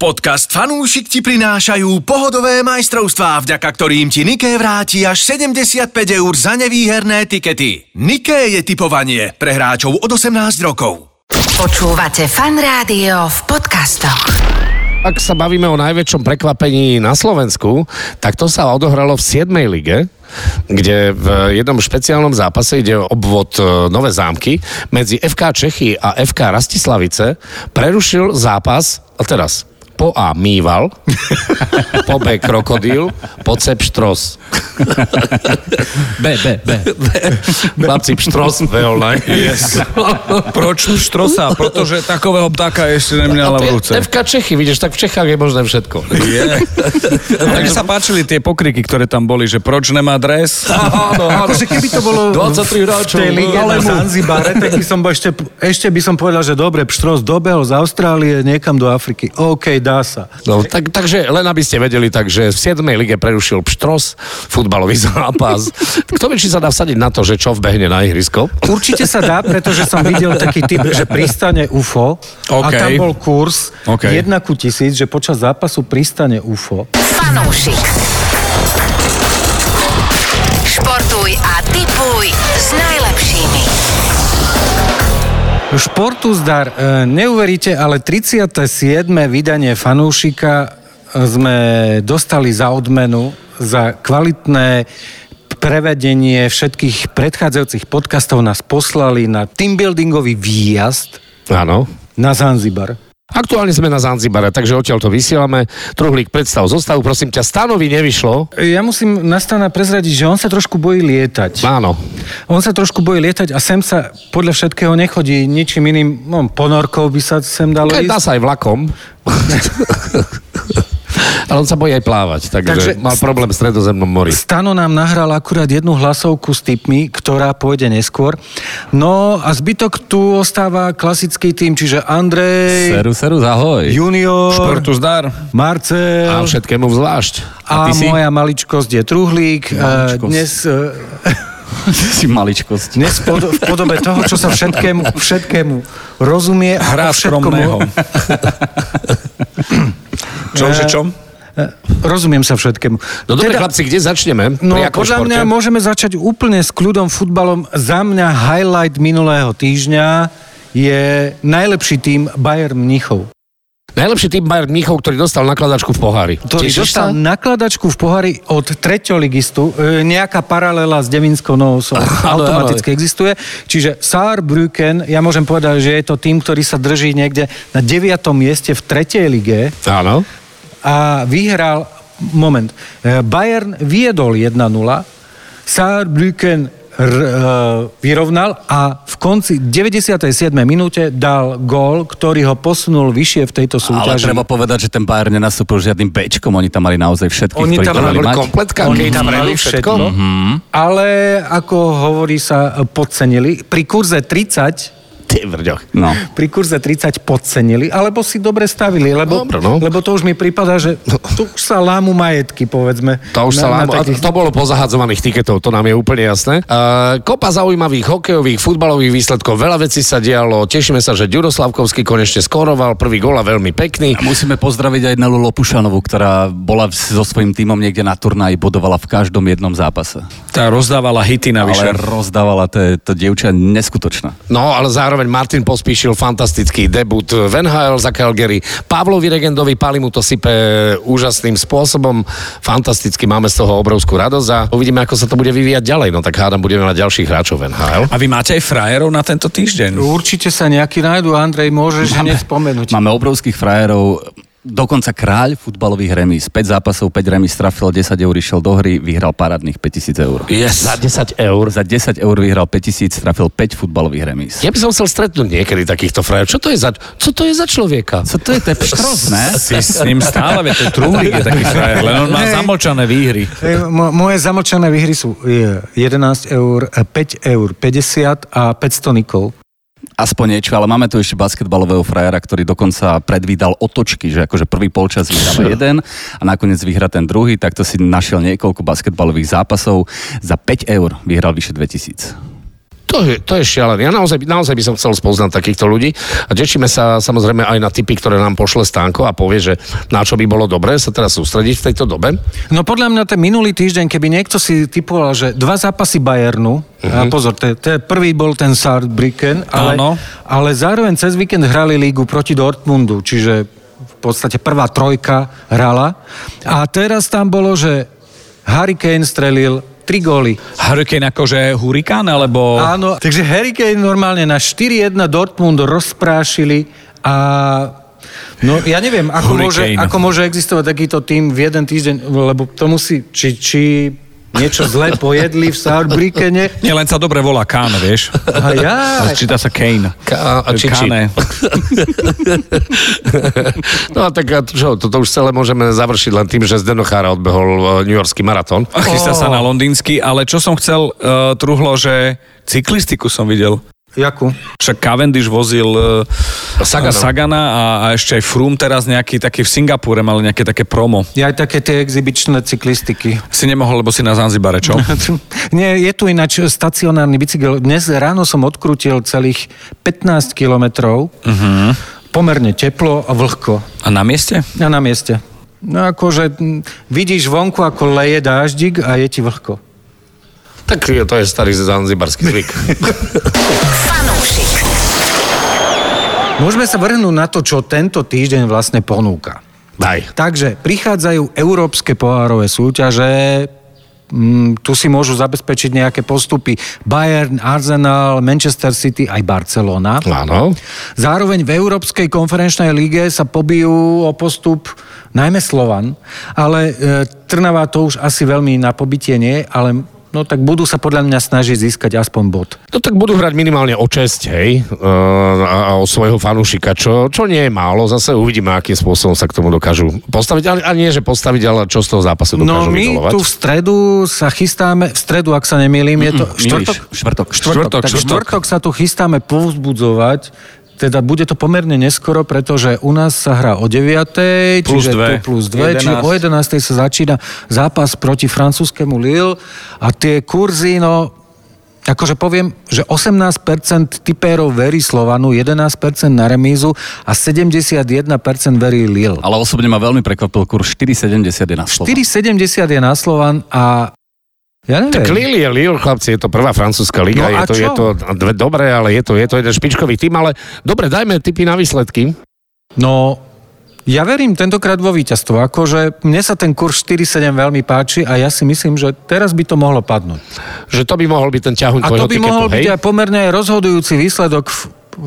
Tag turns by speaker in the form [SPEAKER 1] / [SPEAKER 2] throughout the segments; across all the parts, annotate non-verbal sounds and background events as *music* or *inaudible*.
[SPEAKER 1] Podcast Fanúšik ti prinášajú pohodové majstrovstvá, vďaka ktorým ti Niké vráti až 75 eur za nevýherné tikety. Niké je typovanie pre hráčov od 18 rokov.
[SPEAKER 2] Počúvate fan rádio v podcastoch.
[SPEAKER 3] Ak sa bavíme o najväčšom prekvapení na Slovensku, tak to sa odohralo v 7. lige, kde v jednom špeciálnom zápase ide o obvod e, Nové zámky medzi FK Čechy a FK Rastislavice prerušil zápas a teraz po A mýval, *laughs* po B krokodíl, po C pštros.
[SPEAKER 4] *laughs* B, B, B.
[SPEAKER 3] *laughs* Chlapci
[SPEAKER 4] *laughs*
[SPEAKER 3] pštros, veľa. Yes. *laughs*
[SPEAKER 4] Proč už štrosa? Protože takového ptáka ešte
[SPEAKER 3] A
[SPEAKER 4] neměla
[SPEAKER 3] to
[SPEAKER 4] v ruce.
[SPEAKER 3] je FK Čechy, vidíš, tak v Čechách je možné všetko.
[SPEAKER 4] Mne sa páčili tie pokriky, ktoré tam boli, že proč nemá
[SPEAKER 3] *laughs*
[SPEAKER 4] dres?
[SPEAKER 3] Áno, áno.
[SPEAKER 5] Že Akože keby to bolo
[SPEAKER 3] 23
[SPEAKER 5] v
[SPEAKER 3] hráčov.
[SPEAKER 5] tej lige
[SPEAKER 3] Ale
[SPEAKER 5] na
[SPEAKER 3] mu-
[SPEAKER 5] Zanzibare, tak by som bol ešte, ešte by som povedal, že dobre, pštros dobehol z Austrálie niekam do Afriky. OK, dá sa.
[SPEAKER 3] No, tak, takže len aby ste vedeli, takže v 7. lige prerušil Pštros, futbalový *laughs* zápas. Kto vie, či sa dá vsadiť na to, že čo vbehne na ihrisko?
[SPEAKER 5] Určite sa dá, pretože som videl taký typ, že pristane UFO
[SPEAKER 4] OK.
[SPEAKER 5] a tam bol kurz
[SPEAKER 4] OK.
[SPEAKER 5] 1 ku 1000, že počas zápasu pristane UFO.
[SPEAKER 2] Fanúšik. Športuj a tipuj s najlepšími.
[SPEAKER 5] Športu zdar, e, neuveríte, ale 37. vydanie fanúšika e, sme dostali za odmenu za kvalitné prevedenie všetkých predchádzajúcich podcastov nás poslali na teambuildingový výjazd
[SPEAKER 3] Áno.
[SPEAKER 5] na Zanzibar.
[SPEAKER 3] Aktuálne sme na Zanzibare, takže odtiaľ to vysielame. Truhlík, predstav zostavu, prosím ťa, stanovi nevyšlo.
[SPEAKER 5] E, Ja musím nastana prezradiť, že on sa trošku bojí lietať.
[SPEAKER 3] Áno.
[SPEAKER 5] On sa trošku bojí lietať a sem sa podľa všetkého nechodí ničím iným, no, ponorkou by sa sem dalo
[SPEAKER 3] Keď
[SPEAKER 5] ísť.
[SPEAKER 3] dá sa aj vlakom. *laughs* Ale on sa bojí aj plávať, takže,
[SPEAKER 5] Takže-
[SPEAKER 3] mal problém v stredozemnom mori.
[SPEAKER 5] Stano nám nahral akurát jednu hlasovku s typmi, ktorá pôjde neskôr. No a zbytok tu ostáva klasický tým, čiže Andrej,
[SPEAKER 6] Seru, seru, ahoj.
[SPEAKER 5] Junior,
[SPEAKER 4] Športu zdar.
[SPEAKER 5] Marcel
[SPEAKER 3] A
[SPEAKER 5] a,
[SPEAKER 3] všetkému vzlášť.
[SPEAKER 6] ty si?
[SPEAKER 5] moja maličkosť je Truhlík. E,
[SPEAKER 6] Maličkosť.
[SPEAKER 5] Dnes, e,
[SPEAKER 6] si maličkosť.
[SPEAKER 5] dnes v pod- v podobe toho, čo sa všetkému, všetkému rozumie. a o
[SPEAKER 4] Hra
[SPEAKER 5] všetkom-
[SPEAKER 4] skromného. Čo, že čo?
[SPEAKER 5] E, Rozumiem sa všetkému.
[SPEAKER 3] No dobre, chlapci, kde začneme?
[SPEAKER 5] Teda- No
[SPEAKER 3] Pri akom
[SPEAKER 5] podľa
[SPEAKER 3] športe?
[SPEAKER 5] mňa môžeme začať úplne s kľudom futbalom. Za mňa highlight minulého týždňa je najlepší tým Bayern Mnichov.
[SPEAKER 3] Najlepší tým Bayern Mníchov, ktorý dostal nakladačku v pohári.
[SPEAKER 5] Ktorý
[SPEAKER 3] Tešíš sa?
[SPEAKER 5] dostal nakladačku v pohári od treťoligistu. E, nejaká paralela s Devinskou Novou Solou
[SPEAKER 3] *laughs* Áno,
[SPEAKER 5] automaticky existuje. Čiže Saarbrücken, ja môžem povedať, že je to tým, ktorý sa drží niekde na deviatom mieste v tretej lige.
[SPEAKER 3] Áno.
[SPEAKER 5] a vyhral, moment, e, Bayern viedol 1-0, Saarbrücken r- e, vyrovnal a v konci 97. minúte dal gól, ktorý ho posunul vyššie v tejto
[SPEAKER 6] Ale
[SPEAKER 5] súťaži.
[SPEAKER 6] treba povedať, že ten Bayern nenastúpil žiadnym bečkom, oni tam mali naozaj všetkých,
[SPEAKER 3] Oni
[SPEAKER 6] ktorí
[SPEAKER 3] tam
[SPEAKER 6] to mali
[SPEAKER 3] boli
[SPEAKER 6] mať.
[SPEAKER 3] kompletka, keď tam mali všetko.
[SPEAKER 5] Mhm. Ale ako hovorí sa, e, podcenili. Pri kurze 30
[SPEAKER 3] Ty vrďoch.
[SPEAKER 6] No.
[SPEAKER 5] pri kurze 30 podcenili, alebo si dobre stavili, lebo,
[SPEAKER 3] Dobre, no.
[SPEAKER 5] lebo to už mi prípada, že tu už sa lámu majetky, povedzme.
[SPEAKER 3] To už sa
[SPEAKER 5] na- na
[SPEAKER 3] lámo, a
[SPEAKER 5] takých-
[SPEAKER 3] to bolo pozahadzovaných tiketov, to nám je úplne jasné. E, kopa zaujímavých hokejových, futbalových výsledkov, veľa vecí sa dialo, tešíme sa, že Ďuroslavkovský konečne skoroval, prvý gól a veľmi pekný.
[SPEAKER 6] A musíme pozdraviť aj Nelu Lopušanovu, ktorá bola v- so svojím tímom niekde na turnaji, bodovala v každom jednom zápase.
[SPEAKER 4] Tá rozdávala hity na
[SPEAKER 6] Ale rozdávala, to je to dievča neskutočná.
[SPEAKER 3] No, ale zároveň Martin pospíšil fantastický debut v NHL za Calgary. Pavlovi Regendovi, Pali mu to sype e, úžasným spôsobom. Fantasticky, máme z toho obrovskú radosť a uvidíme, ako sa to bude vyvíjať ďalej. No tak hádam, budeme mať ďalších hráčov v NHL.
[SPEAKER 4] A vy máte aj frajerov na tento týždeň?
[SPEAKER 5] Určite sa nejaký nájdu, Andrej, môžeš hneď spomenúť.
[SPEAKER 6] Máme obrovských frajerov, dokonca kráľ futbalových remíz. 5 zápasov, 5 remíz, trafil 10 eur, išiel do hry, vyhral parádnych 5000 eur.
[SPEAKER 4] Yes.
[SPEAKER 3] Za 10 eur.
[SPEAKER 6] Za 10 eur vyhral 5000, trafil 5 futbalových remíz.
[SPEAKER 3] Ja by som chcel stretnúť niekedy takýchto frajerov. Čo to je za, čo to je za človeka?
[SPEAKER 6] Co to je, to je pštros, ne?
[SPEAKER 4] Si s ním stále, veď to je trúlik, je taký frajer, len on má
[SPEAKER 5] Hej.
[SPEAKER 4] zamlčané výhry.
[SPEAKER 5] E, mo- Moje zamlčané výhry sú e, 11 eur, e, 5 eur, 50 a 500 nikov.
[SPEAKER 6] Aspoň niečo, ale máme tu ešte basketbalového frajera, ktorý dokonca predvídal otočky, že akože prvý polčas vyhráva jeden a nakoniec vyhrá ten druhý, takto si našiel niekoľko basketbalových zápasov. Za 5 eur vyhral vyše 2000.
[SPEAKER 3] To je, to je šialené. Ja naozaj, by- naozaj by som chcel spoznať takýchto ľudí a tešíme sa samozrejme aj na typy, ktoré nám pošle stánko a povie, že na čo by bolo dobré sa teraz sústrediť v tejto dobe.
[SPEAKER 5] No podľa mňa ten minulý týždeň, keby niekto si typoval, že dva zápasy Bayernu,
[SPEAKER 6] Mhm.
[SPEAKER 5] a pozor, te, te prvý bol ten Saarbrücken, ale,
[SPEAKER 4] Áno.
[SPEAKER 5] ale zároveň cez víkend hrali lígu proti Dortmundu, čiže v podstate prvá trojka hrala. A teraz tam bolo, že Harry Kane strelil tri góly.
[SPEAKER 4] Hurricane akože hurikán, alebo...
[SPEAKER 5] Áno, takže Harry Kane normálne na 4-1 Dortmund rozprášili a No ja neviem, ako môže,
[SPEAKER 4] Hurricane.
[SPEAKER 5] ako môže existovať takýto tým v jeden týždeň, lebo to musí, či, či niečo zle pojedli v Saarbrückene.
[SPEAKER 4] Nie, len sa dobre volá Kán, vieš.
[SPEAKER 5] A ja...
[SPEAKER 4] Číta sa Kane.
[SPEAKER 3] Ka- a či- či. *laughs*
[SPEAKER 4] Kane.
[SPEAKER 3] No a tak a čo, toto už celé môžeme završiť len tým, že z Denochára odbehol e, New Yorkský
[SPEAKER 5] *laughs*
[SPEAKER 3] maratón.
[SPEAKER 4] A Chystá sa na londýnsky, ale čo som chcel, uh, truhlo, že cyklistiku som videl.
[SPEAKER 5] Jakú?
[SPEAKER 4] Však Cavendish vozil uh,
[SPEAKER 3] Sagana.
[SPEAKER 4] Sagana a, a ešte aj Froome teraz nejaký taký v Singapúre mal nejaké také promo.
[SPEAKER 5] Ja aj také tie exibičné cyklistiky. *laughs*
[SPEAKER 4] Si nemohol, lebo si na Zanzibare,
[SPEAKER 3] *laughs*
[SPEAKER 4] čo?
[SPEAKER 5] Nie, je tu ináč stacionárny bicykel. Dnes ráno som odkrutil celých 15 kilometrov. Uh-huh. Pomerne teplo a vlhko.
[SPEAKER 4] A na mieste?
[SPEAKER 5] A na mieste. No akože m, vidíš vonku, ako leje dáždik a je ti vlhko.
[SPEAKER 3] Tak je- to je starý zanzibarský
[SPEAKER 5] *laughs*
[SPEAKER 3] zvyk.
[SPEAKER 2] Fanúšik.
[SPEAKER 5] Môžeme sa vrhnúť na to, čo tento týždeň vlastne ponúka.
[SPEAKER 3] Daj.
[SPEAKER 5] Takže prichádzajú európske pohárové súťaže, Mm, tu si môžu zabezpečiť nejaké postupy Bayern, Arsenal, Manchester City aj Barcelona.
[SPEAKER 3] Áno.
[SPEAKER 5] Zároveň v Európskej konferenčnej lige sa pobijú o postup najmä Slovan, ale e, Trnava to už asi veľmi na pobytie nie, ale no tak budú sa podľa mňa snažiť získať aspoň bod.
[SPEAKER 3] No tak budú hrať minimálne o čest, hej, e, a a o svojho fanúšika, čo, čo nie je málo. Zase uvidíme, akým spôsobom sa k tomu dokážu postaviť. Ale, a nie, že postaviť, ale čo z toho zápasu
[SPEAKER 5] No
[SPEAKER 3] dokážu
[SPEAKER 5] my
[SPEAKER 3] vydolovať.
[SPEAKER 5] tu v stredu sa chystáme, v stredu, ak sa nemýlim, je to štvrtok?
[SPEAKER 6] štvrtok.
[SPEAKER 5] Štvrtok, tak štvrtok sa tu chystáme povzbudzovať, teda bude to pomerne neskoro, pretože u nás sa hrá o 9.
[SPEAKER 4] Plus
[SPEAKER 5] čiže
[SPEAKER 4] dve.
[SPEAKER 5] tu plus 2, čiže o 11. sa začína zápas proti francúzskému Lille a tie kurzy, no akože poviem, že 18% tipérov verí Slovanu, 11% na remízu a 71% verí Lille.
[SPEAKER 6] Ale osobne ma veľmi prekvapil kurz 4,70 je na slovo.
[SPEAKER 5] 4,70 je na Slovan a ja neviem.
[SPEAKER 3] Tak Lille je Lille, chlapci, je to prvá francúzska liga,
[SPEAKER 5] No
[SPEAKER 3] je,
[SPEAKER 5] a
[SPEAKER 3] to,
[SPEAKER 5] čo?
[SPEAKER 3] je to dve, dobré, ale je to, je to jeden špičkový tým, ale dobre, dajme tipy na výsledky.
[SPEAKER 5] No, ja verím tentokrát vo víťazstvo. Akože mne sa ten kurz 4,7 veľmi páči a ja si myslím, že teraz by to mohlo padnúť.
[SPEAKER 3] Že to by mohol byť ten ťahuň
[SPEAKER 5] A
[SPEAKER 3] tvojho
[SPEAKER 5] to by
[SPEAKER 3] tiketu,
[SPEAKER 5] mohol
[SPEAKER 3] hej?
[SPEAKER 5] byť aj pomerne aj rozhodujúci výsledok v,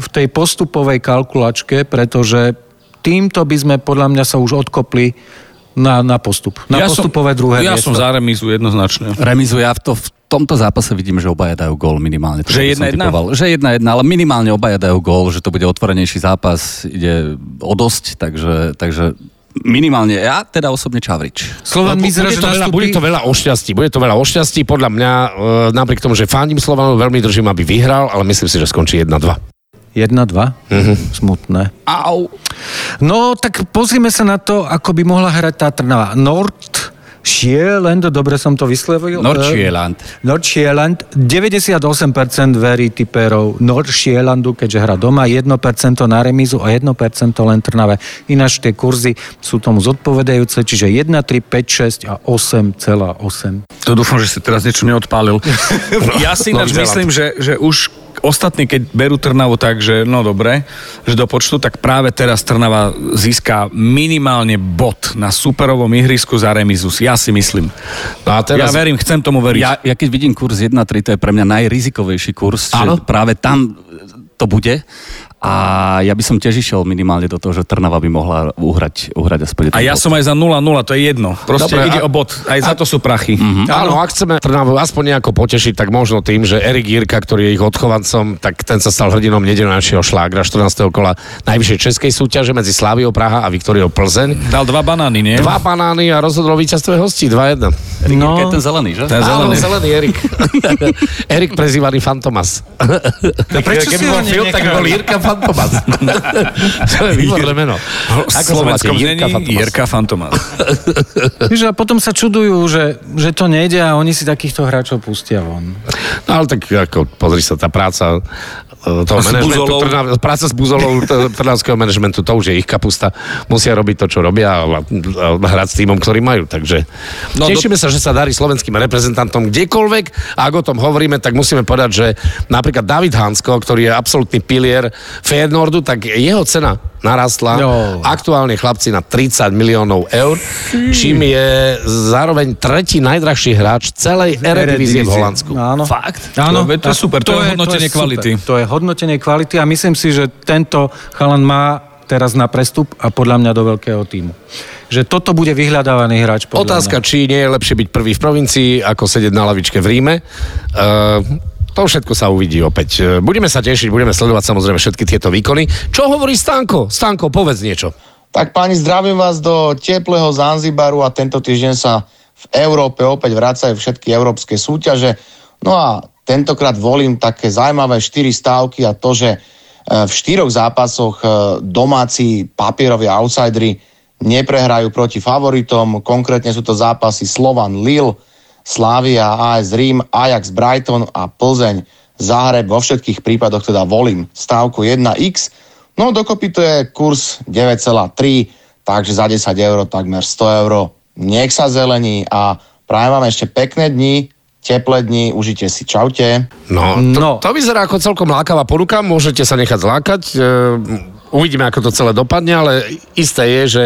[SPEAKER 5] v tej postupovej kalkulačke, pretože týmto by sme podľa mňa sa už odkopli na, na postup. Na postupové
[SPEAKER 4] som,
[SPEAKER 5] druhé
[SPEAKER 4] Ja
[SPEAKER 5] miesto.
[SPEAKER 4] som za remizu jednoznačne.
[SPEAKER 6] Remizu, ja v, to, v tomto zápase vidím, že obaja dajú gól minimálne. To by
[SPEAKER 4] Že
[SPEAKER 6] som
[SPEAKER 4] 1:1?
[SPEAKER 6] typoval. Že jedna jedna, ale minimálne obaja dajú gól, že to bude otvorenejší zápas, ide o dosť, takže, takže minimálne ja, teda osobne Čavrič.
[SPEAKER 5] Slovan
[SPEAKER 3] Lebo No,
[SPEAKER 5] vyzerá,
[SPEAKER 3] bude,
[SPEAKER 5] že
[SPEAKER 3] to veľa, bude
[SPEAKER 5] nastúpi...
[SPEAKER 3] to veľa o šťastí, bude to veľa o šťastí, podľa mňa, e, napriek tomu, že fandím Slovanu, veľmi držím, aby vyhral, ale myslím si, že skončí 1-2.
[SPEAKER 5] 1-2? Mm-hmm.
[SPEAKER 6] Mhm.
[SPEAKER 5] Smutné.
[SPEAKER 6] Au!
[SPEAKER 5] No, tak pozrime sa na to, ako by mohla hrať tá Trnava. Nord Sjælland, dobre som to vyslovil. eh,
[SPEAKER 6] Nordsjælland.
[SPEAKER 5] Nordsjælland, 98% verí typerov Nordsjællandu, keďže hra doma, 1% na remízu a 1% len Trnave. Ináč tie kurzy sú tomu zodpovedajúce, čiže 1, 3, 5, 6 a 8,8.
[SPEAKER 4] To dúfam, že si teraz niečo neodpálil. *laughs* ja si ináč
[SPEAKER 3] Nový Zéland.
[SPEAKER 4] myslím, že, že už ostatní, keď berú Trnavu tak, že no dobre, že do počtu, tak práve teraz Trnava získa minimálne bod na superovom ihrisku za remizu. Ja si myslím.
[SPEAKER 3] No a
[SPEAKER 4] Teraz... Ja
[SPEAKER 3] teraz...
[SPEAKER 4] verím, chcem tomu veriť.
[SPEAKER 6] Ja, ja keď vidím kurz 1.3, to je pre mňa najrizikovejší kurz,
[SPEAKER 3] Áno.
[SPEAKER 6] že práve tam e, to bude. A ja by som tiež išiel minimálne do toho, že Trnava by mohla uhrať, uhrať aspoň
[SPEAKER 4] A ja som aj za 0-0, to je jedno. Proste
[SPEAKER 3] Dobre,
[SPEAKER 4] Dobre, ide
[SPEAKER 3] a- Mhm.
[SPEAKER 4] a... o bod. Aj a... za to sú prachy. Mm-hmm.
[SPEAKER 3] Áno, ak chceme Trnavu aspoň nejako potešiť, tak možno tým, že Erik Jirka, ktorý je ich odchovancom, tak ten sa stal hrdinom nedelnejšieho šlágra 14. kola najvyššej českej súťaže medzi Sláviou Praha a Viktoriou Plzeň.
[SPEAKER 4] Dal dva banány, nie?
[SPEAKER 3] Dva banány a rozhodlo víťazstvo hostí 2-1.
[SPEAKER 6] No, je ten zelený, že?
[SPEAKER 4] Ten
[SPEAKER 3] Áno,
[SPEAKER 4] zelený.
[SPEAKER 3] zelený Erik. Erik prezývaný Fantomas.
[SPEAKER 5] Prečo
[SPEAKER 4] eh,
[SPEAKER 3] Keby bol Phil, tak bol Jirka
[SPEAKER 4] *laughs*
[SPEAKER 3] Fantomas. *laughs* to je výborné meno.
[SPEAKER 4] V
[SPEAKER 3] Ako sa máte?
[SPEAKER 4] slovenskom
[SPEAKER 3] Jirka
[SPEAKER 4] znení
[SPEAKER 3] Fantomas.
[SPEAKER 4] Jirka Fantomas.
[SPEAKER 5] Víš, a potom sa čudujú, že, že to nejde a oni si takýchto hráčov pustia von.
[SPEAKER 3] No ale tak ako, pozri sa, tá práca e, toho
[SPEAKER 4] A s
[SPEAKER 3] manažmentu,
[SPEAKER 4] buzolou?
[SPEAKER 3] trna, práca s buzolou t- trnavského manažmentu, to už je ich kapusta. Musia robiť to, čo robia a, a, a hrať s týmom, ktorý majú. Takže no,
[SPEAKER 4] No,
[SPEAKER 3] tešíme sa, že sa darí slovenským reprezentantom kdekoľvek a ak o tom hovoríme, tak musíme povedať, že napríklad David Hansko, ktorý je absolútny pilier Feyenoordu, tak jeho cena narastla
[SPEAKER 5] Jo.
[SPEAKER 3] aktuálne chlapci na 30 miliónov eur, čím je zároveň tretí najdrahší hráč celej Eredivisie v
[SPEAKER 5] Eredivisie.
[SPEAKER 3] Holandsku.
[SPEAKER 5] No, Áno.
[SPEAKER 3] Fakt?
[SPEAKER 5] Áno,
[SPEAKER 4] veď to
[SPEAKER 5] a
[SPEAKER 4] je super, to je hodnotenie
[SPEAKER 5] super.
[SPEAKER 4] kvality.
[SPEAKER 5] To je hodnotenie kvality a myslím si, že tento chalan má teraz na prestup a podľa mňa do veľkého týmu. Že toto bude vyhľadávaný hráč podľa
[SPEAKER 3] Otázka,
[SPEAKER 5] mňa.
[SPEAKER 3] či nie je lepšie byť prvý v provincii, ako sedieť na lavičke v Ríme. Uh, to všetko sa uvidí opäť. Eh, Budeme sa tešiť, budeme sledovať samozrejme všetky tieto výkony. Čo hovorí Stanko? Stanko, povedz niečo.
[SPEAKER 7] Tak páni, zdravím vás do teplého Zanzibaru a tento týždeň sa v Európe opäť vracajú všetky európske súťaže. No a tentokrát volím také zaujímavé štyri stávky a to, že e, v štyroch zápasoch e, domáci papierovi outsidery neprehrajú proti favoritom. Konkrétne sú to zápasy Slovan Lille, Slavia AS Rím, Ajax Brighton a Plzeň Záhreb. Vo všetkých prípadoch teda volím stávku 1x. No dokopy to je kurz 9,3, takže za 10 eur takmer 100 eur. Nech sa zelení a prajem vám ešte pekné dni, teplé dni, užite si, čaute.
[SPEAKER 3] No, to, no.
[SPEAKER 5] No.
[SPEAKER 3] to vyzerá ako celkom lákavá ponuka, môžete sa nechať zlákať. Eh, Uvidíme, ako to celé dopadne, ale isté je, že,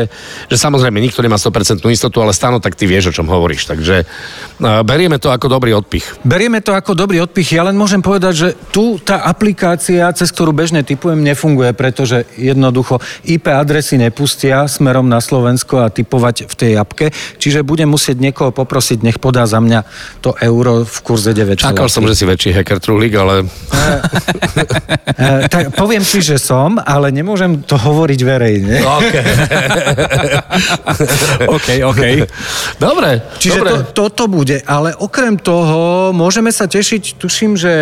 [SPEAKER 3] že samozrejme nikto nemá 100% istotu, ale Stano, tak ty vieš, o čom hovoríš. Takže eh, berieme to ako dobrý odpich.
[SPEAKER 5] Berieme to ako dobrý odpich, ja len môžem povedať, že tu tá aplikácia, cez ktorú bežne typujem, nefunguje, pretože jednoducho IP adresy nepustia smerom na Slovensko a typovať v tej apke, čiže budem musieť niekoho poprosiť, nech podá za mňa to euro v kurze 9.
[SPEAKER 3] Čakal som, že si väčší hacker trulík, ale *laughs*
[SPEAKER 5] E, tak poviem si, že som, ale nemôžem to hovoriť verejne.
[SPEAKER 3] OK.
[SPEAKER 4] OK, OK.
[SPEAKER 3] Dobre,
[SPEAKER 5] Čiže
[SPEAKER 3] dobre.
[SPEAKER 5] to, toto bude, ale okrem toho môžeme sa tešiť, tuším, že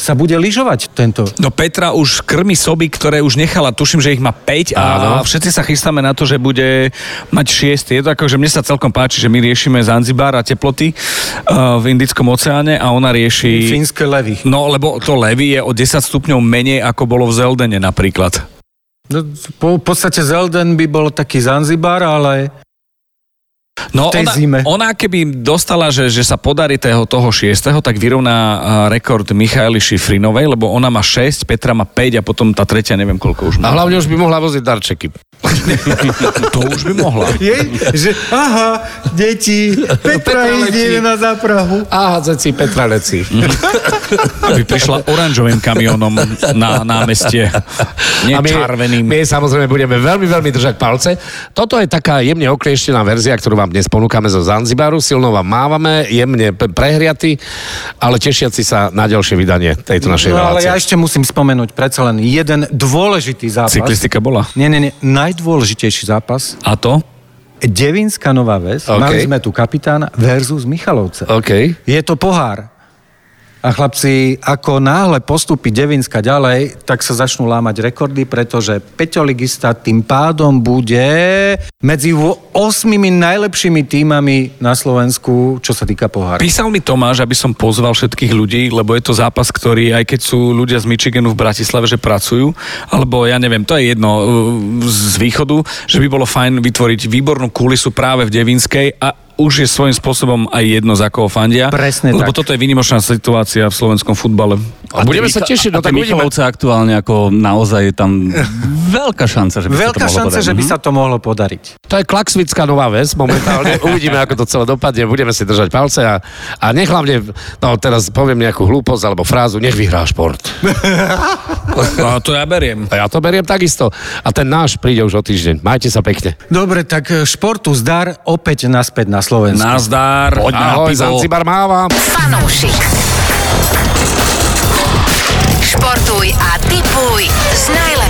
[SPEAKER 5] sa bude lyžovať tento.
[SPEAKER 4] No Petra už krmi soby, ktoré už nechala, tuším, že ich má 5 a
[SPEAKER 3] Áno.
[SPEAKER 4] všetci sa chystáme na to, že bude mať 6. Je to ako, že mne sa celkom páči, že my riešime Zanzibar a teploty uh, v Indickom oceáne a ona rieši...
[SPEAKER 5] Fínske levy.
[SPEAKER 4] No, lebo to levy je o 10 stupňov menej, ako bolo v Zeldene napríklad.
[SPEAKER 5] No, v po- v podstate Zelden by bol taký Zanzibar, ale
[SPEAKER 4] No,
[SPEAKER 5] V tej
[SPEAKER 4] ona,
[SPEAKER 5] zime.
[SPEAKER 4] ona keby dostala, že, že sa podarí toho, toho 6., tak vyrovná a, rekord Michaely Šifrinovej, lebo ona má 6, Petra má 5 a potom tá tretia neviem koľko už
[SPEAKER 3] A
[SPEAKER 4] má.
[SPEAKER 3] hlavne už by mohla voziť darčeky.
[SPEAKER 4] to už by mohla.
[SPEAKER 5] jej, že aha, *laughs* deti,
[SPEAKER 3] Petra letí.
[SPEAKER 5] na záprahu.
[SPEAKER 3] A hádzať si Petra Leci.
[SPEAKER 4] Aby prišla oranžovým kamionom na námestie. Nie
[SPEAKER 3] A my,
[SPEAKER 4] červeným.
[SPEAKER 3] my samozrejme budeme veľmi, veľmi držať palce. Toto je taká jemne oklieštená verzia, ktorú vám dnes ponúkame zo Zanzibaru. Silno vám mávame, jemne pe- prehriaty, ale tešiaci sa na ďalšie vydanie tejto našej
[SPEAKER 5] No ale
[SPEAKER 3] relácie.
[SPEAKER 5] ja ešte musím spomenúť predsa len jeden dôležitý zápas.
[SPEAKER 4] Cyklistika bola.
[SPEAKER 5] Nie, nie, nie, najdôležitejší zápas.
[SPEAKER 4] A to?
[SPEAKER 5] Devinská Nová Ves,
[SPEAKER 3] OK.
[SPEAKER 5] okay. mali sme tu kapitána versus Michalovce.
[SPEAKER 3] OK.
[SPEAKER 5] Je to pohár. A chlapci, ako náhle postupí Devinska ďalej, tak sa začnú lámať rekordy, pretože Peťoligista tým pádom bude medzi vo- osmimi najlepšími týmami na Slovensku, čo sa týka pohára.
[SPEAKER 4] Písal mi Tomáš, aby som pozval všetkých ľudí, lebo je to zápas, ktorý, aj keď sú ľudia z Michiganu v Bratislave, že pracujú, alebo ja neviem, to je jedno, uh, z východu, že by bolo fajn vytvoriť výbornú kulisu práve v Devinskej a už je svojím spôsobom aj jedno, za koho fandia.
[SPEAKER 5] Presne
[SPEAKER 4] lebo
[SPEAKER 5] tak.
[SPEAKER 4] toto je výnimočná situácia v slovenskom futbale.
[SPEAKER 3] A budeme sa tešiť, no
[SPEAKER 6] A tie
[SPEAKER 3] tak uvidíme.
[SPEAKER 6] Michalovce aktuálne ako naozaj je tam veľká šanca, že by sa
[SPEAKER 5] Veľká
[SPEAKER 6] to mohlo
[SPEAKER 5] šanca,
[SPEAKER 6] podať.
[SPEAKER 5] že by
[SPEAKER 6] Mhm.
[SPEAKER 5] sa to mohlo podariť.
[SPEAKER 3] To je klaksvická nová vec
[SPEAKER 4] *laughs*
[SPEAKER 3] momentálne. Uvidíme, ako to celé dopadne. Budeme si držať palce a, a nech hlavne, no teraz poviem nejakú hlúposť alebo frázu, nech vyhrá šport.
[SPEAKER 4] *laughs* A to ja beriem.
[SPEAKER 3] A ja to beriem takisto. A ten náš príde už o týždeň. Majte sa pekne.
[SPEAKER 5] Dobre, tak e, športu zdar opäť naspäť na Slovensku.
[SPEAKER 4] Nazdar.
[SPEAKER 3] Ahoj, Zanzibar mávam.
[SPEAKER 2] Fanúšik. Športuj a tipuj s najlepším.